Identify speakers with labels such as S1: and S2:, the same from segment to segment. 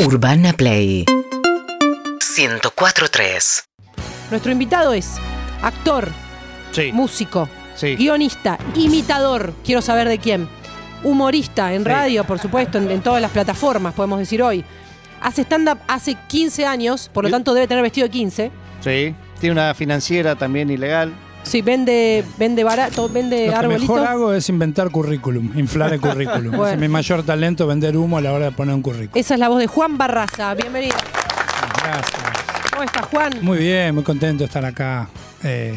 S1: Urbana Play 104.3
S2: Nuestro invitado es actor,
S3: Sí,
S2: músico,
S3: sí.
S2: guionista, imitador, quiero saber de quién, humorista en
S3: Sí.
S2: radio, por supuesto, en, en todas las plataformas, podemos decir hoy. Hace stand-up hace 15 años, por lo
S3: Y-
S2: tanto debe tener vestido de 15.
S3: Sí. Tiene una financiera también ilegal.
S2: Sí, vende, vende barato, vende
S4: Lo que
S2: arbolito.
S4: mejor hago es inventar currículum, inflar el currículum. Ese
S2: Bueno.
S4: Es mi mayor talento, vender humo a la hora de poner un currículum.
S2: Esa es la voz de Juan Barraza. Bienvenido.
S4: Gracias.
S2: ¿Cómo estás, Juan?
S4: Muy bien, muy contento de estar acá eh,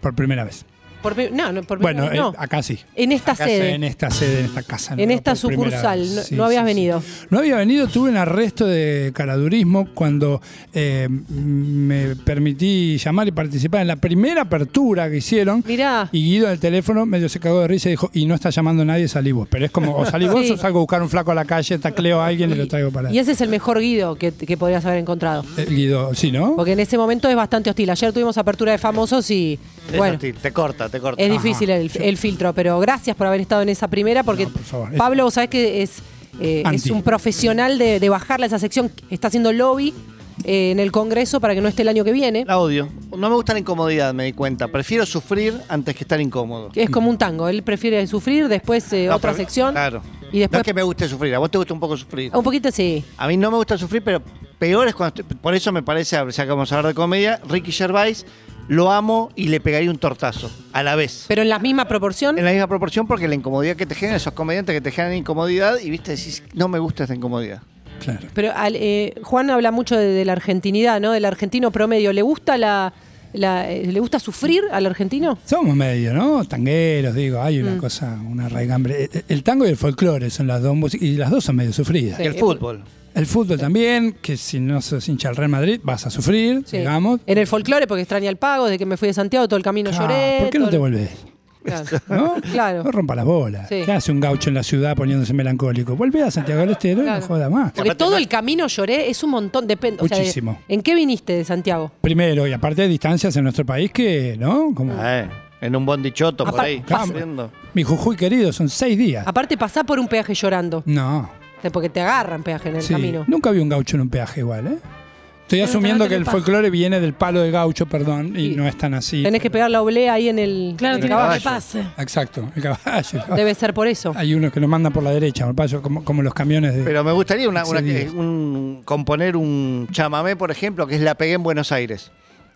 S4: por primera vez.
S2: Por pri- no, no, por
S4: Bueno,
S2: primera vez no.
S4: eh, acá sí.
S2: en esta
S4: Acá
S2: sede.
S4: sí, en esta sede, en esta casa.
S2: En
S4: no,
S2: esta
S4: por primera
S2: sucursal,
S4: vez.
S2: no- no habías venido.
S4: No había venido, tuve un arresto de caradurismo cuando eh, me permití llamar y participar en la primera apertura que hicieron.
S2: Mirá.
S4: Y Guido al teléfono medio se cagó de risa y dijo, y no está llamando nadie, salí vos. Pero es como, o salí vos
S2: Sí.
S4: o salgo a buscar un flaco a la calle, tacleo a alguien y lo traigo para...
S2: Y ese es el mejor guido que, que podrías haber encontrado.
S4: Eh, Guido, sí, ¿no?
S2: Porque en ese momento es bastante hostil. Ayer tuvimos apertura de famosos y
S3: Es
S2: bueno,
S3: hostil, Te corta, te corta. Ah,
S2: es difícil el, el filtro, pero gracias por haber estado en esa primera porque
S4: No, por favor.
S2: Pablo, vos sabés que es, eh,
S4: Anti.
S2: es un profesional de, de bajarla esa sección, está haciendo lobby eh, en el Congreso para que no esté el año que viene.
S3: La odio. No me gusta la incomodidad, me di cuenta. Prefiero sufrir antes que estar incómodo.
S2: Es como un tango, él prefiere sufrir, después eh,
S3: No,
S2: otra
S3: pero-
S2: sección
S3: Claro.
S2: y
S3: No
S2: después Oh. Ah,
S3: es que me guste sufrir. A vos te gusta un poco sufrir.
S2: un poquito sí.
S3: A mí no me gusta sufrir, pero peor es cuando. estoy- por eso me parece, ya que vamos a hablar de comedia, Ricky Gervais lo amo y le pegaría un tortazo a la vez.
S2: Pero en la misma proporción,
S3: en la misma proporción porque la incomodidad que te generan esos comediantes que te generan incomodidad y viste decís no me gusta esta incomodidad
S4: Claro.
S2: Pero al- eh, Juan habla mucho de, de la argentinidad, ¿no? Del argentino promedio. ¿Le gusta la, la- eh, le gusta sufrir al argentino?
S4: Somos medio, ¿no? Tangueros, digo, hay
S2: Mm.
S4: una cosa, una raigambre. Eh, eh, El tango y el folclore son las dos músicas, y las dos son medio sufridas.
S2: Sí.
S3: y el fútbol
S4: El fútbol también, que si no sos hincha del Real Madrid vas a sufrir,
S2: Sí.
S4: digamos.
S2: En el folclore, porque extraña el pago, desde que me fui de Santiago, todo el camino
S4: Ah,
S2: lloré.
S4: ¿Por qué no
S2: todo
S4: te
S2: el-
S4: volvés?
S2: Claro.
S4: ¿No?
S2: Claro.
S4: No rompa las bolas.
S2: Sí.
S4: ¿Qué hace un gaucho en la ciudad poniéndose melancólico? Volvé a Santiago del Estero y
S2: Claro.
S4: no joda más.
S2: Porque
S3: Aparte,
S2: todo
S3: no-
S2: el camino lloré es un montón, depende. o sea, de-
S4: Muchísimo.
S2: ¿En qué viniste de Santiago?
S4: Primero, y aparte hay distancias en nuestro país que, ¿no? Como,
S2: Ah.
S3: Eh, en un buen dichoto por
S2: Apa-
S3: ahí
S4: Claro,
S3: corriendo.
S4: mi Jujuy querido, son seis días.
S2: Aparte, pasás por un peaje llorando,
S4: No.
S2: te- porque te agarran peaje en el
S4: Mm. Sí.
S2: camino.
S4: Nunca vi un gaucho en un peaje igual, ¿eh? Estoy
S2: Pero
S4: asumiendo
S2: también
S4: que
S2: le
S4: el
S2: pasa.
S4: folclore viene del palo del gaucho, perdón, y
S2: Sí.
S4: no es tan así.
S2: Tenés que pegar la oblea ahí en el.
S5: Claro,
S2: en el
S5: tiene que
S2: caballo.
S5: que pase.
S4: Exacto, el caballo.
S2: Debe ser por eso.
S4: Hay unos que lo mandan por la derecha, me pasa como, como los camiones de.
S3: Pero me gustaría una, una-
S4: Excelente.
S3: un- componer un chamamé, por ejemplo, que es La Pegué en Buenos Aires.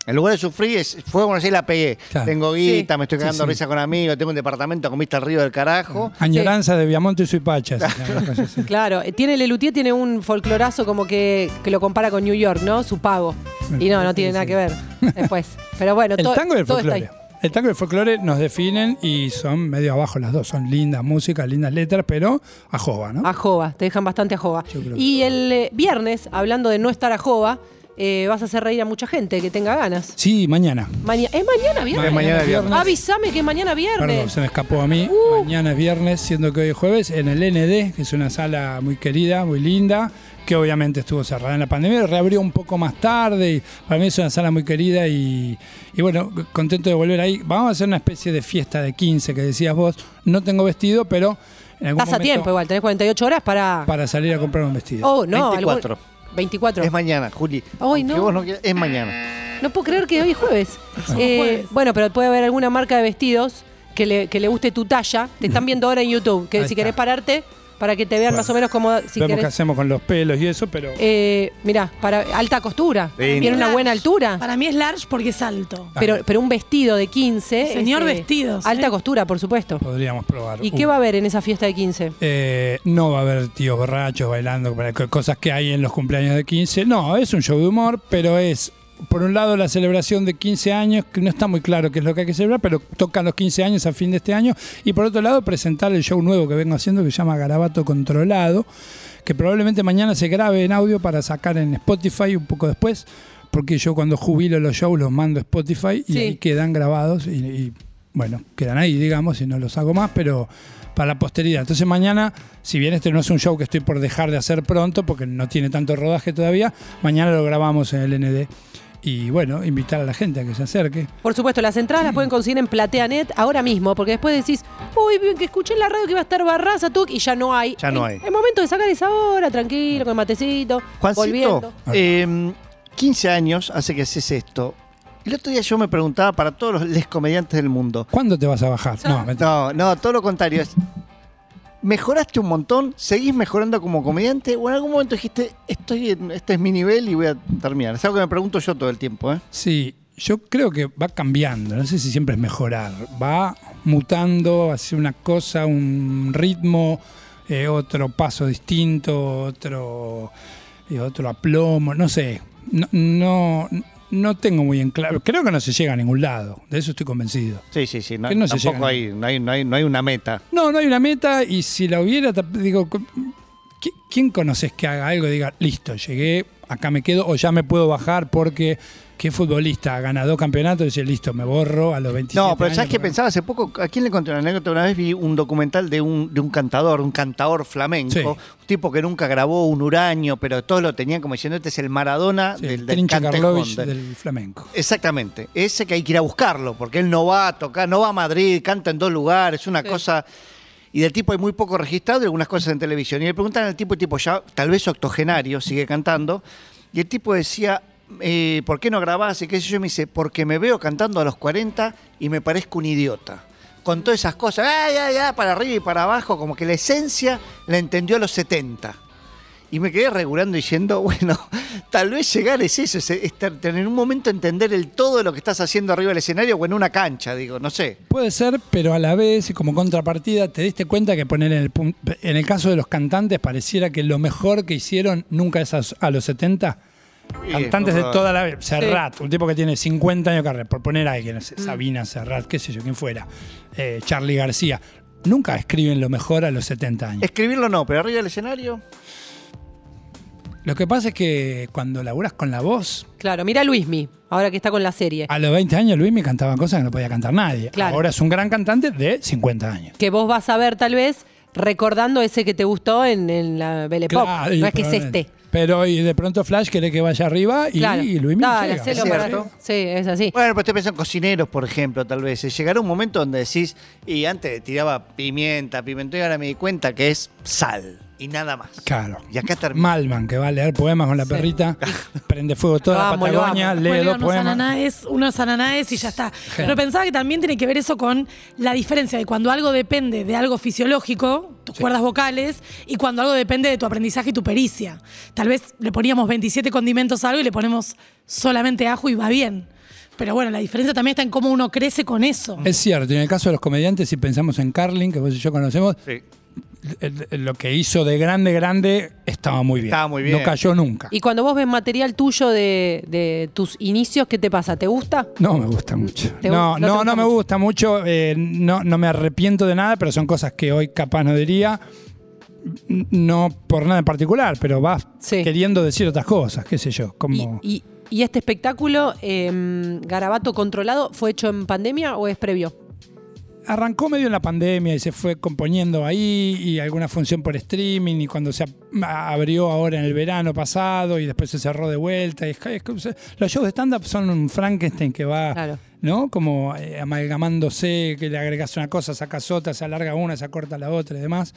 S3: En lugar de sufrir, es, fue a Buenos Aires, la pegué.
S4: Claro.
S3: Tengo guita, me estoy
S4: Sí, Ah.
S3: cagando
S4: sí.
S3: risa con amigos, tengo un departamento, comiste al río del carajo.
S4: Añoranza de Viamonte y Suipacha. se llama la cosa así.
S2: Claro, eh, tiene Lelutier tiene un folclorazo como que, que lo compara con New York, ¿no? Su pago. Y no, no tiene nada que ver después. Pero bueno,
S4: El
S2: to-
S4: tango y el
S2: todo está
S4: folclore.
S2: ahí.
S4: El tango y el folclore nos definen y son medio abajo las dos. Son lindas músicas, lindas letras, pero a jova, ¿no?
S2: A jova, te dejan bastante a jova.
S4: Yo creo que-
S2: Y el eh, viernes, hablando de no estar a jova, eh, vas a hacer reír a mucha gente que tenga ganas.
S4: Sí, mañana.
S2: Maña- ¿Es mañana viernes?
S3: Es mañana viernes.
S2: Avísame que es mañana viernes.
S4: Perdón, se me escapó a mí.
S2: Uh.
S4: Mañana es viernes, siendo que hoy es jueves, en el ND, que es una sala muy querida, muy linda, que obviamente estuvo cerrada en la pandemia, reabrió un poco más tarde. Y para mí es una sala muy querida y, y bueno, contento de volver ahí. Vamos a hacer una especie de fiesta de 15 que decías vos. No tengo vestido, pero en algún
S2: Estás a
S4: momento
S2: tiempo igual, tenés 48 horas para.
S4: para salir a comprar un vestido.
S2: oh, no,
S3: 24.
S2: algún- 24.
S3: Es mañana, Juli.
S2: Ay,
S3: Aunque
S2: no.
S3: vos quieras, es mañana.
S2: No puedo creer que hoy es jueves. Eh, Bueno, pero puede haber alguna marca de vestidos que le, que le guste tu talla. Te están viendo ahora en YouTube. Que
S4: Ahí
S2: si
S4: está.
S2: querés pararte, para que te vean
S4: Bueno.
S2: más o menos como si
S4: Vemos qué
S2: querés.
S4: hacemos con los pelos y eso, pero...
S2: Eh, mirá, para alta costura.
S3: Lindo.
S2: Tiene una buena altura.
S5: Para mí es large porque es alto.
S2: Pero, pero un vestido de 15.
S5: Señor
S2: es, eh,
S5: vestidos,
S2: Alta
S5: eh.
S2: costura, por supuesto.
S4: Podríamos probar.
S2: ¿Y
S4: un-
S2: qué va a haber en esa fiesta de 15?
S4: Eh, no va a haber tíos borrachos bailando, para- co- cosas que hay en los cumpleaños de 15. No, es un show de humor, pero es, por un lado, la celebración de 15 años, que no está muy claro qué es lo que hay que celebrar, pero tocan los 15 años a fin de este año. Y por otro lado, presentar el show nuevo que vengo haciendo, que se llama Garabato Controlado, que probablemente mañana se grabe en audio para sacar en Spotify un poco después. Porque yo cuando jubilo los shows los mando a Spotify y
S2: Sí.
S4: ahí quedan grabados y, y, bueno, quedan ahí, digamos, y no los hago más, pero para la posteridad. Entonces mañana, si bien este no es un show que estoy por dejar de hacer pronto, porque no tiene tanto rodaje todavía, mañana lo grabamos en el ND. y bueno, invitar a la gente a que se acerque.
S2: Por supuesto, las entradas las pueden conseguir en PlateaNet ahora mismo, porque después decís, uy, bien, que escuché en la radio que iba a estar Barraza, Tuc, y ya no hay.
S3: Ya no hay.
S2: Es momento de sacar esa hora, tranquilo, con matecito, volviendo.
S3: Juancito, eh, 15 años hace que haces esto. El otro día yo me preguntaba para todos los les comediantes del mundo.
S4: ¿Cuándo te vas a bajar? No, mentira.
S3: No, no, todo lo contrario. es, ¿Mejoraste un montón? ¿Seguís mejorando como comediante? ¿O en algún momento dijiste, estoy en- este es mi nivel y voy a terminar? Es algo que me pregunto yo todo el tiempo, ¿eh?
S4: Sí, yo creo que va cambiando, no sé si siempre es mejorar, va mutando hacia una cosa, un ritmo, eh, otro paso distinto, otro, eh, otro aplomo, no sé, no, no, no tengo muy en claro, creo que no se llega a ningún lado, de eso estoy convencido.
S3: Sí, sí, sí. No,
S4: Que no se
S3: tampoco
S4: llegan.
S3: hay, no, hay, no, hay, no hay una meta.
S4: No, no hay una meta y si la hubiera, tap- digo, cu- ¿qui- ¿quién conoces que haga algo y diga, listo, llegué, acá me quedo o ya me puedo bajar porque qué futbolista ganado dos campeonatos y dice, listo, me borro a los 27
S3: No, pero
S4: años
S3: ¿sabes qué
S4: porque-
S3: pensaba hace poco? ¿A quién le conté una anécdota? Una vez vi un documental de un, de un cantador, un cantador flamenco,
S4: Sí.
S3: un tipo que nunca grabó un huraño, pero todos lo tenían como diciendo, este es el Maradona
S4: Sí,
S3: del, del
S4: Trinche
S3: cantejón.
S4: Karlovich
S3: del-
S4: del flamenco.
S3: Exactamente, ese que hay que ir a buscarlo, porque él no va a tocar, no va a Madrid, canta en dos lugares, una cosa... Y del tipo hay muy poco registrado y algunas cosas en televisión. Y le preguntan al tipo, el tipo ya tal vez octogenario, sigue cantando, y el tipo decía, eh, ¿por qué no grabás? Y qué sé yo, y me dice, porque me veo cantando a los 40 y me parezco un idiota. Con todas esas cosas, ay, ay, ay, para arriba y para abajo, como que la esencia la entendió a los 70. Y me quedé regulando diciendo, bueno, tal vez llegar es eso, es estar- en un momento entender el todo de lo que estás haciendo arriba del escenario o en una cancha, digo, no sé.
S4: Puede ser, pero a la vez, y como contrapartida, te diste cuenta que poner en el, pun- en el caso de los cantantes pareciera que lo mejor que hicieron nunca es a, a los 70. Cantantes de toda la vida. Serrat, un tipo que tiene 50 años de carrera, por poner a alguien, no sé, Sabina, Serrat, qué sé yo, quién fuera, eh, Charlie García. Nunca escriben lo mejor a los 70 años.
S3: Escribirlo no, pero arriba del escenario.
S4: Lo que pasa es que cuando laburas con la voz,
S2: Claro, mira Luismi, ahora que está con la serie.
S4: a los 20 años Luis me cantaba cosas que no podía cantar nadie.
S2: Claro.
S4: Ahora es un gran cantante de 50 años.
S2: Que vos vas a ver tal vez recordando ese que te gustó en, en la Belle Époque.
S4: Claro, y
S2: no es que es
S4: probablemente.
S2: este.
S4: Pero y de pronto Flash quiere que vaya arriba y,
S2: Claro.
S4: y Luis Miguel
S2: Dale,
S4: llega.
S2: hacelo
S3: es
S2: para-
S3: cierto.
S2: Sí, es así.
S3: Bueno, pero estoy pensando en cocineros, por ejemplo, tal vez. Llegará un momento donde decís, y antes tiraba pimienta, pimentón, y ahora me di cuenta que es sal y nada más.
S4: Claro.
S3: Y acá termina.
S4: Malman, que va a leer poemas con la perrita, prende fuego toda
S2: Lo
S4: la
S2: amo, lo
S4: Patagonia,
S2: amo.
S4: lee
S5: Bueno,
S4: dos
S5: unos
S4: poemas.
S5: ananaes, unos ananaes y ya está. Pero pensaba que también tiene que ver eso con la diferencia de cuando algo depende de algo fisiológico, tus cuerdas vocales, y cuando algo depende de tu aprendizaje y tu pericia. Tal vez le poníamos 27 condimentos a algo y le ponemos solamente ajo y va bien. Pero bueno, la diferencia también está en cómo uno crece con eso.
S4: Es cierto, y en el caso de los comediantes, si pensamos en Carlin, que vos y yo conocemos,
S3: Sí.
S4: el- el- lo que hizo de grande, grande, estaba muy bien.
S3: Estaba muy bien.
S4: No cayó nunca.
S2: Y cuando vos ves material tuyo de, de tus inicios, ¿qué te pasa? ¿Te gusta?
S4: No me gusta mucho.
S2: ¿Te gu- no
S4: No,
S2: te
S4: no,
S2: gusta
S4: no me
S2: mucho?
S4: gusta mucho. eh, no, no me arrepiento de nada, pero son cosas que hoy capaz no diría. N- No por nada en particular, pero vas
S2: Sí.
S4: queriendo decir otras cosas, qué sé yo.
S2: Y,
S4: Como
S2: y- y este espectáculo, em, Garabato Controlado, fue hecho en pandemia o es previo?
S4: arrancó medio en la pandemia y se fue componiendo ahí y alguna función por streaming y cuando se ab- abrió ahora en el verano pasado y después se cerró de vuelta. Y es que- es que se- los shows de stand-up son un Frankenstein que va,
S2: Claro.
S4: ¿no? Como eh, amalgamándose, que le agregas una cosa, sacas otra, se alarga una, se acorta la otra y demás.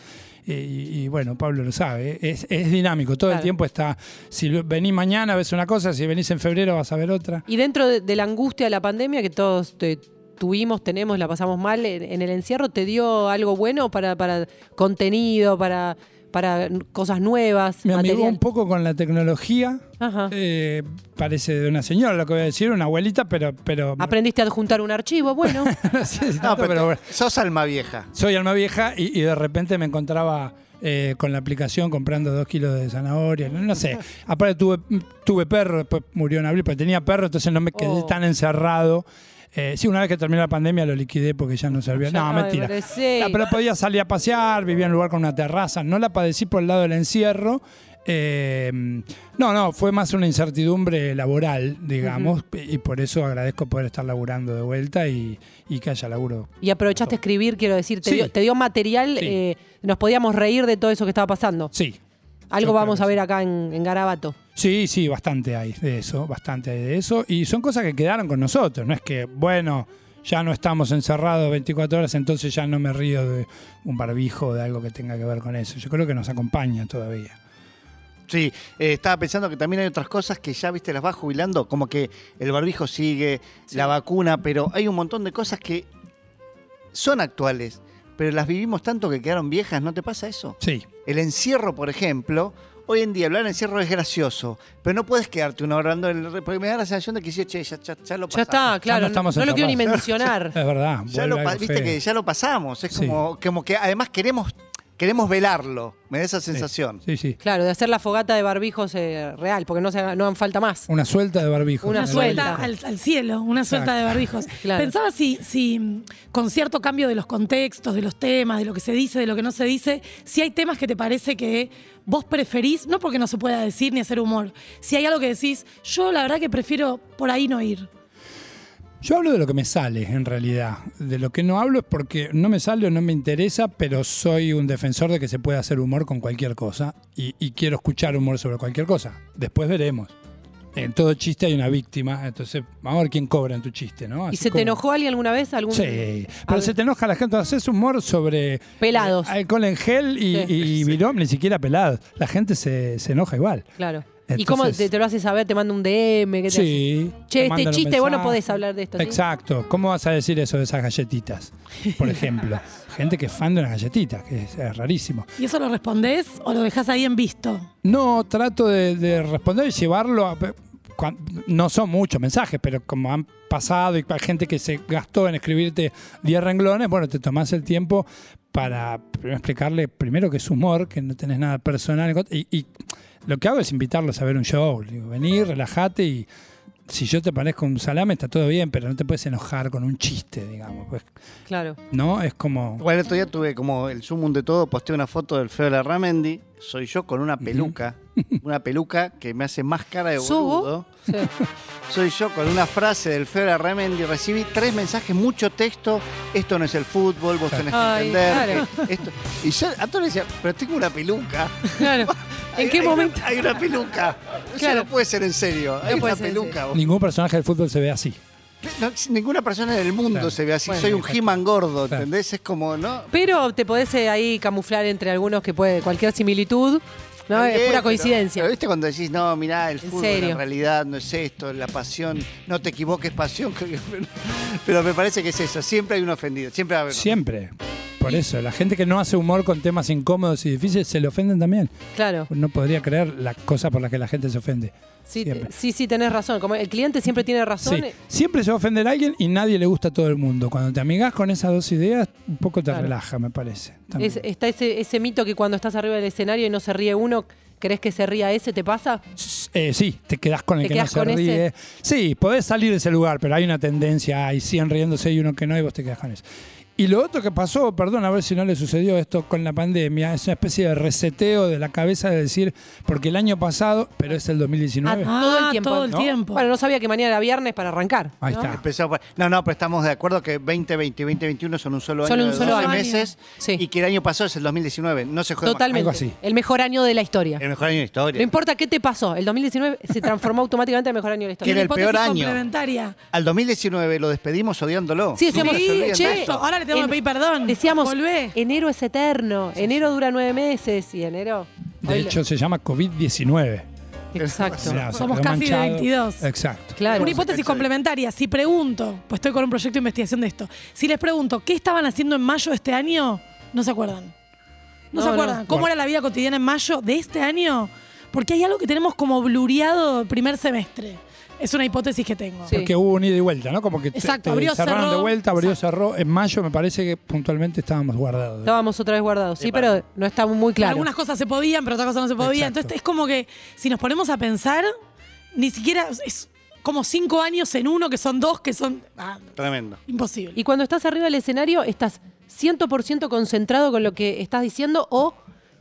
S4: Y, y bueno, Pablo lo sabe, ¿eh? es, es dinámico, todo
S2: Claro.
S4: el tiempo está, si lo- venís mañana ves una cosa, si venís en febrero vas a ver otra.
S2: Y dentro de, de la angustia de la pandemia que todos te- tuvimos, tenemos, la pasamos mal, en, en el encierro, ¿te dio algo bueno para, para contenido, para, para n- cosas nuevas?
S4: Me amigó
S2: material?
S4: un poco con la tecnología.
S2: Ajá.
S4: Eh, parece de una señora lo que voy a decir, una abuelita, pero. pero
S2: Aprendiste a adjuntar un archivo, bueno.
S4: no sé si
S3: No,
S4: tanto,
S3: pero,
S4: pero bueno.
S3: te- sos alma vieja.
S4: Soy alma vieja y, y de repente me encontraba eh, con la aplicación comprando dos kilos de zanahoria, no, no sé. Aparte tuve, tuve perro, después murió en abril, pero tenía perro, entonces no me quedé
S2: Oh.
S4: tan encerrado. Eh, sí, una vez que terminó la pandemia lo liquidé porque ya no servía.
S2: Ya,
S4: no,
S2: ay,
S4: mentira.
S2: pero sí.
S4: No, Ah, pero podía salir a pasear, vivía en un lugar con una terraza. No la padecí por el lado del encierro. Eh, no, no, fue más una incertidumbre laboral, digamos, y por eso agradezco poder estar laburando de vuelta y, y que haya laburo.
S2: Y aprovechaste a escribir, quiero decir, te,
S4: Sí.
S2: dio, te dio material,
S4: Sí.
S2: eh, nos podíamos reír de todo eso que estaba pasando.
S4: Sí,
S2: Algo
S4: Yo
S2: vamos
S4: creo que
S2: a ver acá en, en Garabato.
S4: Sí, sí, bastante hay de eso, bastante hay de eso. Y son cosas que quedaron con nosotros, no es que, bueno, ya no estamos encerrados 24 horas, entonces ya no me río de un barbijo o de algo que tenga que ver con eso. Yo creo que nos acompaña todavía.
S3: Sí, eh, estaba pensando que también hay otras cosas que ya, viste, las vas jubilando, como que el barbijo sigue, la vacuna, pero hay un montón de cosas que son actuales, pero las vivimos tanto que quedaron viejas, ¿no te pasa eso?
S4: Sí,
S3: El encierro, por ejemplo, hoy en día hablar de encierro es gracioso, pero no puedes quedarte una hora hablando del... Porque me da la sensación de que sí, che, ya, ya, ya
S2: Ya
S3: lo pasamos.
S2: está, claro. No,
S4: estamos
S2: no lo quiero ni
S4: encerrados.
S2: mencionar.
S4: es verdad.
S3: Ya
S4: vuelve
S3: lo, pa-
S4: algo
S3: viste
S4: feo.
S3: que ya lo pasamos, es
S4: Sí.
S3: como, como que además queremos, queremos velarlo, me da esa sensación.
S4: Sí, sí.
S2: Claro, de hacer la fogata de barbijos eh, real, porque no, se, haga- no hagan falta más.
S4: Una suelta de barbijo.
S2: Una
S5: Una
S4: De
S5: suelta
S4: barbijo.
S5: al, al cielo, una suelta de barbijos.
S2: Claro.
S5: Pensaba si, si mm, con cierto cambio de los contextos, de los temas, de lo que se dice, de lo que no se dice, si hay temas que te parece que vos preferís, no porque no se pueda decir ni hacer humor, si hay algo que decís, yo la verdad que prefiero por ahí no ir.
S4: Yo hablo de lo que me sale, en realidad. De lo que no hablo es porque no me sale o no me interesa, pero soy un defensor de que se puede hacer humor con cualquier cosa y, y quiero escuchar humor sobre cualquier cosa. Después veremos. En todo chiste hay una víctima, entonces vamos a ver quién cobra en tu chiste, ¿no?
S2: ¿Y
S4: Así
S2: se
S4: como-
S2: te enojó alguien alguna vez? ¿Algún...
S4: Sí,
S2: A
S4: pero
S2: ver.
S4: se te enoja la gente. Haces humor sobre
S2: Pelados.
S4: alcohol en gel y,
S2: Sí.
S4: y virón, ni siquiera pelados. La gente se, se enoja igual.
S2: Claro. ¿Y
S4: Entonces-
S2: cómo te, te lo haces saber? ¿Te manda un DM? ¿Qué te hace?
S4: Sí.
S2: Che,
S4: te
S2: este
S4: mandan un
S2: chiste, vos no
S4: mensaje.
S2: podés hablar de esto, ¿sí?
S4: Exacto. ¿Cómo vas a decir eso de esas galletitas? Por ejemplo. Gente que es fan de las galletitas, que es, es rarísimo.
S5: ¿Y eso lo respondés o lo dejás ahí en visto?
S4: No, trato de, de responder y llevarlo a... cuan- No son muchos mensajes, pero como han pasado y hay gente que se gastó en escribirte 10 renglones, bueno, te tomás el tiempo para primero explicarle primero que es humor, que no tenés nada personal. Y, y lo que hago es invitarlos a ver un show. Le Digo, vení, relájate y si yo te parezco un salame está todo bien, pero no te puedes enojar con un chiste, digamos. Pues,
S2: Claro.
S4: no, es como...
S3: Bueno, el otro día tuve como el sumum de todo, posteé una foto del feo Ramendi, soy yo con una peluca, una peluca que me hace más cara de
S2: ¿Sos vos?
S3: boludo.
S2: Sí.
S3: Soy yo con una frase del feo Ramendi, recibí tres mensajes, mucho texto, esto no es el fútbol, vos tenés que
S2: Ay,
S3: entender. que esto. Y yo a todos les decía, pero tengo una peluca.
S2: Claro.
S3: Hay-
S2: ¿En qué
S3: hay una-
S2: momento?
S3: Hay una peluca. Eso
S2: Claro.
S3: no puede ser en serio. Hay
S2: puede
S3: una
S2: ser en
S3: peluca. vos.
S4: Ningún personaje del fútbol se ve así.
S3: No, ninguna persona en el mundo
S4: Claro.
S3: se ve así.
S2: Bueno,
S3: Soy un
S4: exacto.
S3: He-Man gordo,
S4: Claro.
S3: ¿entendés? Es como, ¿no?
S2: Pero te podés eh, ahí camuflar entre algunos que puede cualquier similitud. ¿no?
S3: Está
S2: Es
S3: bien,
S2: pura
S3: pero- ¿Eh?
S2: coincidencia.
S3: Pero viste cuando decís, no, mirá, el
S2: En
S3: fútbol
S2: serio.
S3: en realidad no es esto, la pasión, no te equivoques, pasión. Pero me parece que es eso, siempre hay un ofendido, siempre va a haber uno.
S4: Siempre. Por eso, la gente que no hace humor con temas incómodos y difíciles se le ofenden también.
S2: Claro.
S4: No podría creer la cosa por la que la gente se ofende.
S2: Sí,
S4: siempre.
S2: te- sí, sí, tenés razón. Como el cliente siempre tiene razón. eh,
S4: Sí, siempre se va a ofender a alguien y nadie le gusta a todo el mundo. Cuando te amigas con esas dos ideas, un poco te
S2: Claro.
S4: relaja, me parece. también.
S2: Es- está ese, ese mito que cuando estás arriba del escenario y no se ríe uno, ¿crees que se ría ese? ¿Te pasa?
S4: S- eh, sí, te quedás con el
S2: ¿Te
S4: que no
S2: quedás
S4: se
S2: con
S4: ríe. Sí, podés salir de ese lugar, pero hay una tendencia, hay 100 riéndose y uno que no, y vos te quedás con eso. Y lo otro que pasó, perdón, a ver si no le sucedió esto con la pandemia, es una especie de reseteo de la cabeza de decir, porque el año pasado, pero es el 2019.
S2: Ah, Todo el
S5: Ah,
S2: tiempo.
S5: Todo el
S2: ¿No?
S5: tiempo.
S2: Bueno, no sabía que mañana era viernes para arrancar.
S4: Ahí
S2: ¿no?
S4: está.
S3: Empezó por- No, no, pero estamos de acuerdo que 2020 y 2021 son un solo
S2: Son
S3: año
S2: un
S3: de
S2: solo
S3: 12
S2: año.
S3: meses
S2: Sí.
S3: y que el año pasado es el 2019, no se juega más.
S2: Totalmente.
S4: así.
S2: El mejor año de la historia.
S3: El mejor año de historia.
S2: No importa qué te pasó, el 2019 se transformó automáticamente en el mejor año de la
S5: Y
S3: que
S2: historia.
S3: era
S5: una
S3: el peor
S5: hipótesis
S3: año.
S5: complementaria.
S3: Al 2019 lo despedimos odiándolo.
S2: Sí, decíamos,
S5: Sí,
S2: che,
S5: che, ahora le tengo que pedir perdón.
S2: Decíamos,
S5: Volvé.
S2: enero es eterno, enero dura nueve meses y enero.
S4: De hecho, se llama COVID-19.
S2: exacto.
S4: Mirá, se
S5: Somos
S4: quedó
S5: casi de 22.
S4: Exacto.
S2: Claro.
S5: Una hipótesis complementaria. Si pregunto, pues estoy con un proyecto de investigación de esto. Si les pregunto qué estaban haciendo en mayo de este año, no se acuerdan. No,
S2: No,
S5: se
S2: no.
S5: acuerdan. ¿Cómo
S4: Bueno.
S5: era la vida cotidiana en mayo de este año? Porque hay algo que tenemos como blureado el primer semestre. Es una hipótesis que tengo.
S2: Sí.
S4: Porque hubo un ida y vuelta, ¿no? Como que te-
S5: Exacto,
S4: te
S5: abrió,
S4: cerraron
S5: cerró.
S4: de vuelta, abrió, cerró. En mayo me parece que puntualmente estábamos guardados.
S2: Estábamos otra vez guardados, sí, pero no está muy claro.
S5: Algunas cosas se podían, pero otras cosas no se podían.
S4: Exacto.
S5: Entonces es como que si nos ponemos a pensar, ni siquiera es como cinco años en uno, que son dos, que son... ah,
S3: Tremendo.
S5: imposible.
S2: Y cuando estás arriba del escenario, ¿estás 100% concentrado con lo que estás diciendo o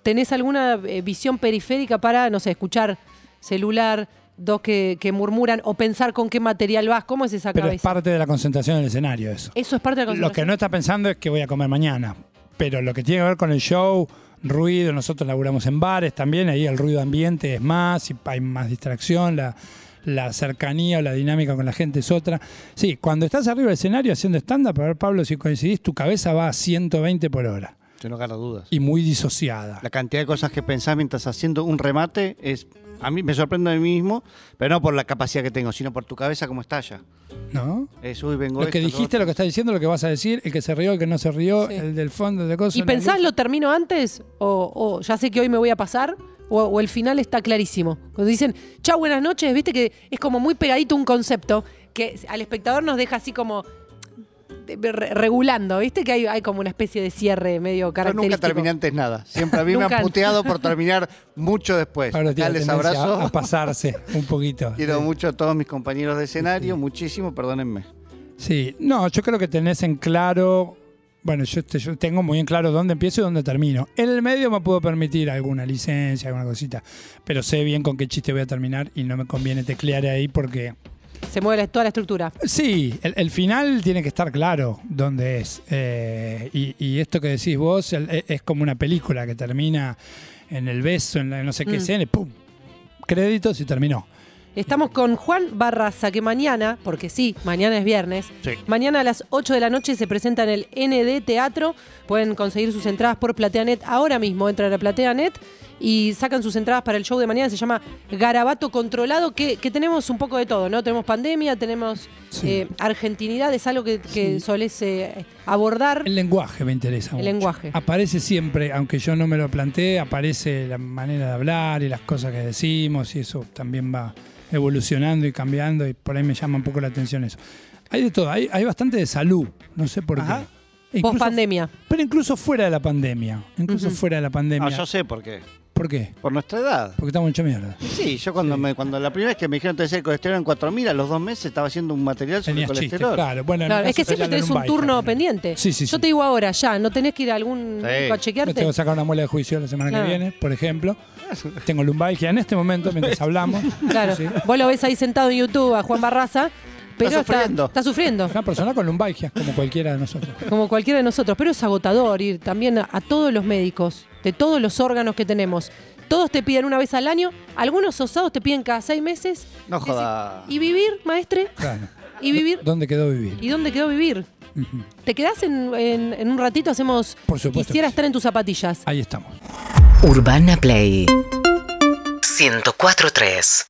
S2: tenés alguna eh, visión periférica para, no sé, escuchar celular, dos que, que murmuran o pensar con qué material vas? ¿Cómo es esa
S4: Pero es
S2: cabeza?
S4: parte de la concentración del escenario eso.
S2: Eso es parte de la
S4: Lo que
S2: concentración.
S4: no está pensando es que voy a comer mañana. Pero lo que tiene que ver con el show, ruido. Nosotros laburamos en bares también, ahí el ruido ambiente es más, y hay más distracción, la, la cercanía o la dinámica con la gente es otra. Sí, cuando estás arriba del escenario haciendo stand-up, a ver, Pablo, si coincidís, tu cabeza va a 120 por hora
S3: Yo no gano dudas.
S4: y muy disociada.
S3: La cantidad de cosas que pensás mientras haciendo un remate es. A mí me sorprende a mí mismo, pero no por la capacidad que tengo, sino por tu cabeza como estalla.
S4: ¿No?
S3: Es, uy, vengo
S4: Lo que
S3: esto,
S4: dijiste, lo que estás diciendo, lo que vas a decir, el que se rió, el que no se rió,
S2: Sí.
S4: el del fondo, el de cosas.
S2: ¿Y pensás lo termino antes? O, o ya sé que hoy me voy a pasar. O, o el final está clarísimo. Cuando dicen, chao, buenas noches, viste que es como muy pegadito un concepto que al espectador nos deja así como eh, re- regulando, viste que hay, hay como una especie de cierre medio
S3: Yo
S2: característico.
S3: nunca terminé antes nada. Siempre a mí me han
S2: Nunca.
S3: puteado por terminar mucho después.
S4: Pablo
S3: Acá
S4: tiene
S3: les
S4: tendencia
S3: abrazo.
S4: a pasarse un poquito.
S3: Quiero mucho a todos mis compañeros de escenario, muchísimo, perdónenme.
S4: Sí, no, yo creo que tenés en claro. Bueno, yo, este, yo tengo muy en claro dónde empiezo y dónde termino. En el medio me puedo permitir alguna licencia, alguna cosita, pero sé bien con qué chiste voy a terminar y no me conviene teclear ahí porque.
S2: Se mueve la- toda la estructura.
S4: Sí, el, el final tiene que estar claro dónde es. Eh, y, y esto que decís vos el- e- es como una película que termina en el beso, en la no sé qué
S2: Mm.
S4: escena, y ¡pum! Créditos y terminó.
S2: Estamos con Juan Barraza, que mañana, porque sí, mañana es viernes,
S3: Sí.
S2: mañana a las 8 de la noche se presenta en el ND Teatro. Pueden conseguir sus entradas por PlateaNet ahora mismo. Entran a PlateaNet y sacan sus entradas para el show de mañana. Se llama Garabato Controlado, que, que tenemos un poco de todo, ¿no? Tenemos pandemia, tenemos
S4: Sí.
S2: eh, argentinidad, es algo que, que solés eh, abordar.
S4: El lenguaje me interesa.
S2: El
S4: mucho.
S2: lenguaje.
S4: Aparece siempre, aunque yo no me lo planteé, aparece la manera de hablar y las cosas que decimos y eso también va evolucionando y cambiando y por ahí me llama un poco la atención eso. Hay de todo, hay, hay bastante de salud, no sé por
S3: Ajá.
S4: qué.
S2: Post
S4: Incluso-
S2: pandemia.
S4: pero incluso fuera de la pandemia, incluso fuera de la pandemia.
S3: No, Ah, yo sé por qué.
S4: ¿Por qué?
S3: Por nuestra edad.
S4: Porque estamos hecho mierda.
S3: Sí, yo cuando me cuando la primera vez que me dijeron te decía el colesterol en 4000, a los dos meses estaba haciendo un material sobre
S4: Tenías chistes,
S3: colesterol.
S4: claro. Bueno, en mi
S2: Claro, es
S4: caso
S2: que
S4: estoy
S2: siempre
S4: hablando en
S2: tenés
S4: un
S2: un
S4: baile,
S2: turno
S4: pero-
S2: pendiente.
S4: Sí, sí,
S2: Yo
S4: sí.
S2: te digo ahora, ya, no tenés que ir a algún
S3: Sí.
S2: médico a
S4: Me
S2: chequearte.
S4: tengo que sacar una muela de juicio la semana
S2: Claro.
S4: que viene, por ejemplo. Tengo lumbalgia en este momento mientras hablamos.
S2: Claro.
S4: Sí.
S2: Vos lo ves ahí sentado en YouTube a Juan Barraza, pero está
S3: sufriendo.
S2: está sufriendo.
S4: Una persona con lumbalgia, como cualquiera de nosotros.
S2: como cualquiera de nosotros, pero es agotador ir también a, a todos los médicos, de todos los órganos que tenemos. Todos te piden una vez al año, algunos osados te piden cada seis meses.
S3: No
S2: Decís,
S3: joda.
S2: ¿Y vivir, maestre?
S4: Claro.
S2: ¿Y vivir?
S4: ¿Dónde quedó vivir?
S2: ¿Y dónde quedó vivir?
S4: Ujú.
S2: ¿Te quedás en, en- en un ratito? Hacemos.
S4: Por supuesto
S2: Quisiera
S4: que sí.
S2: estar en tus zapatillas.
S4: Ahí estamos.
S1: Urbana Play 1043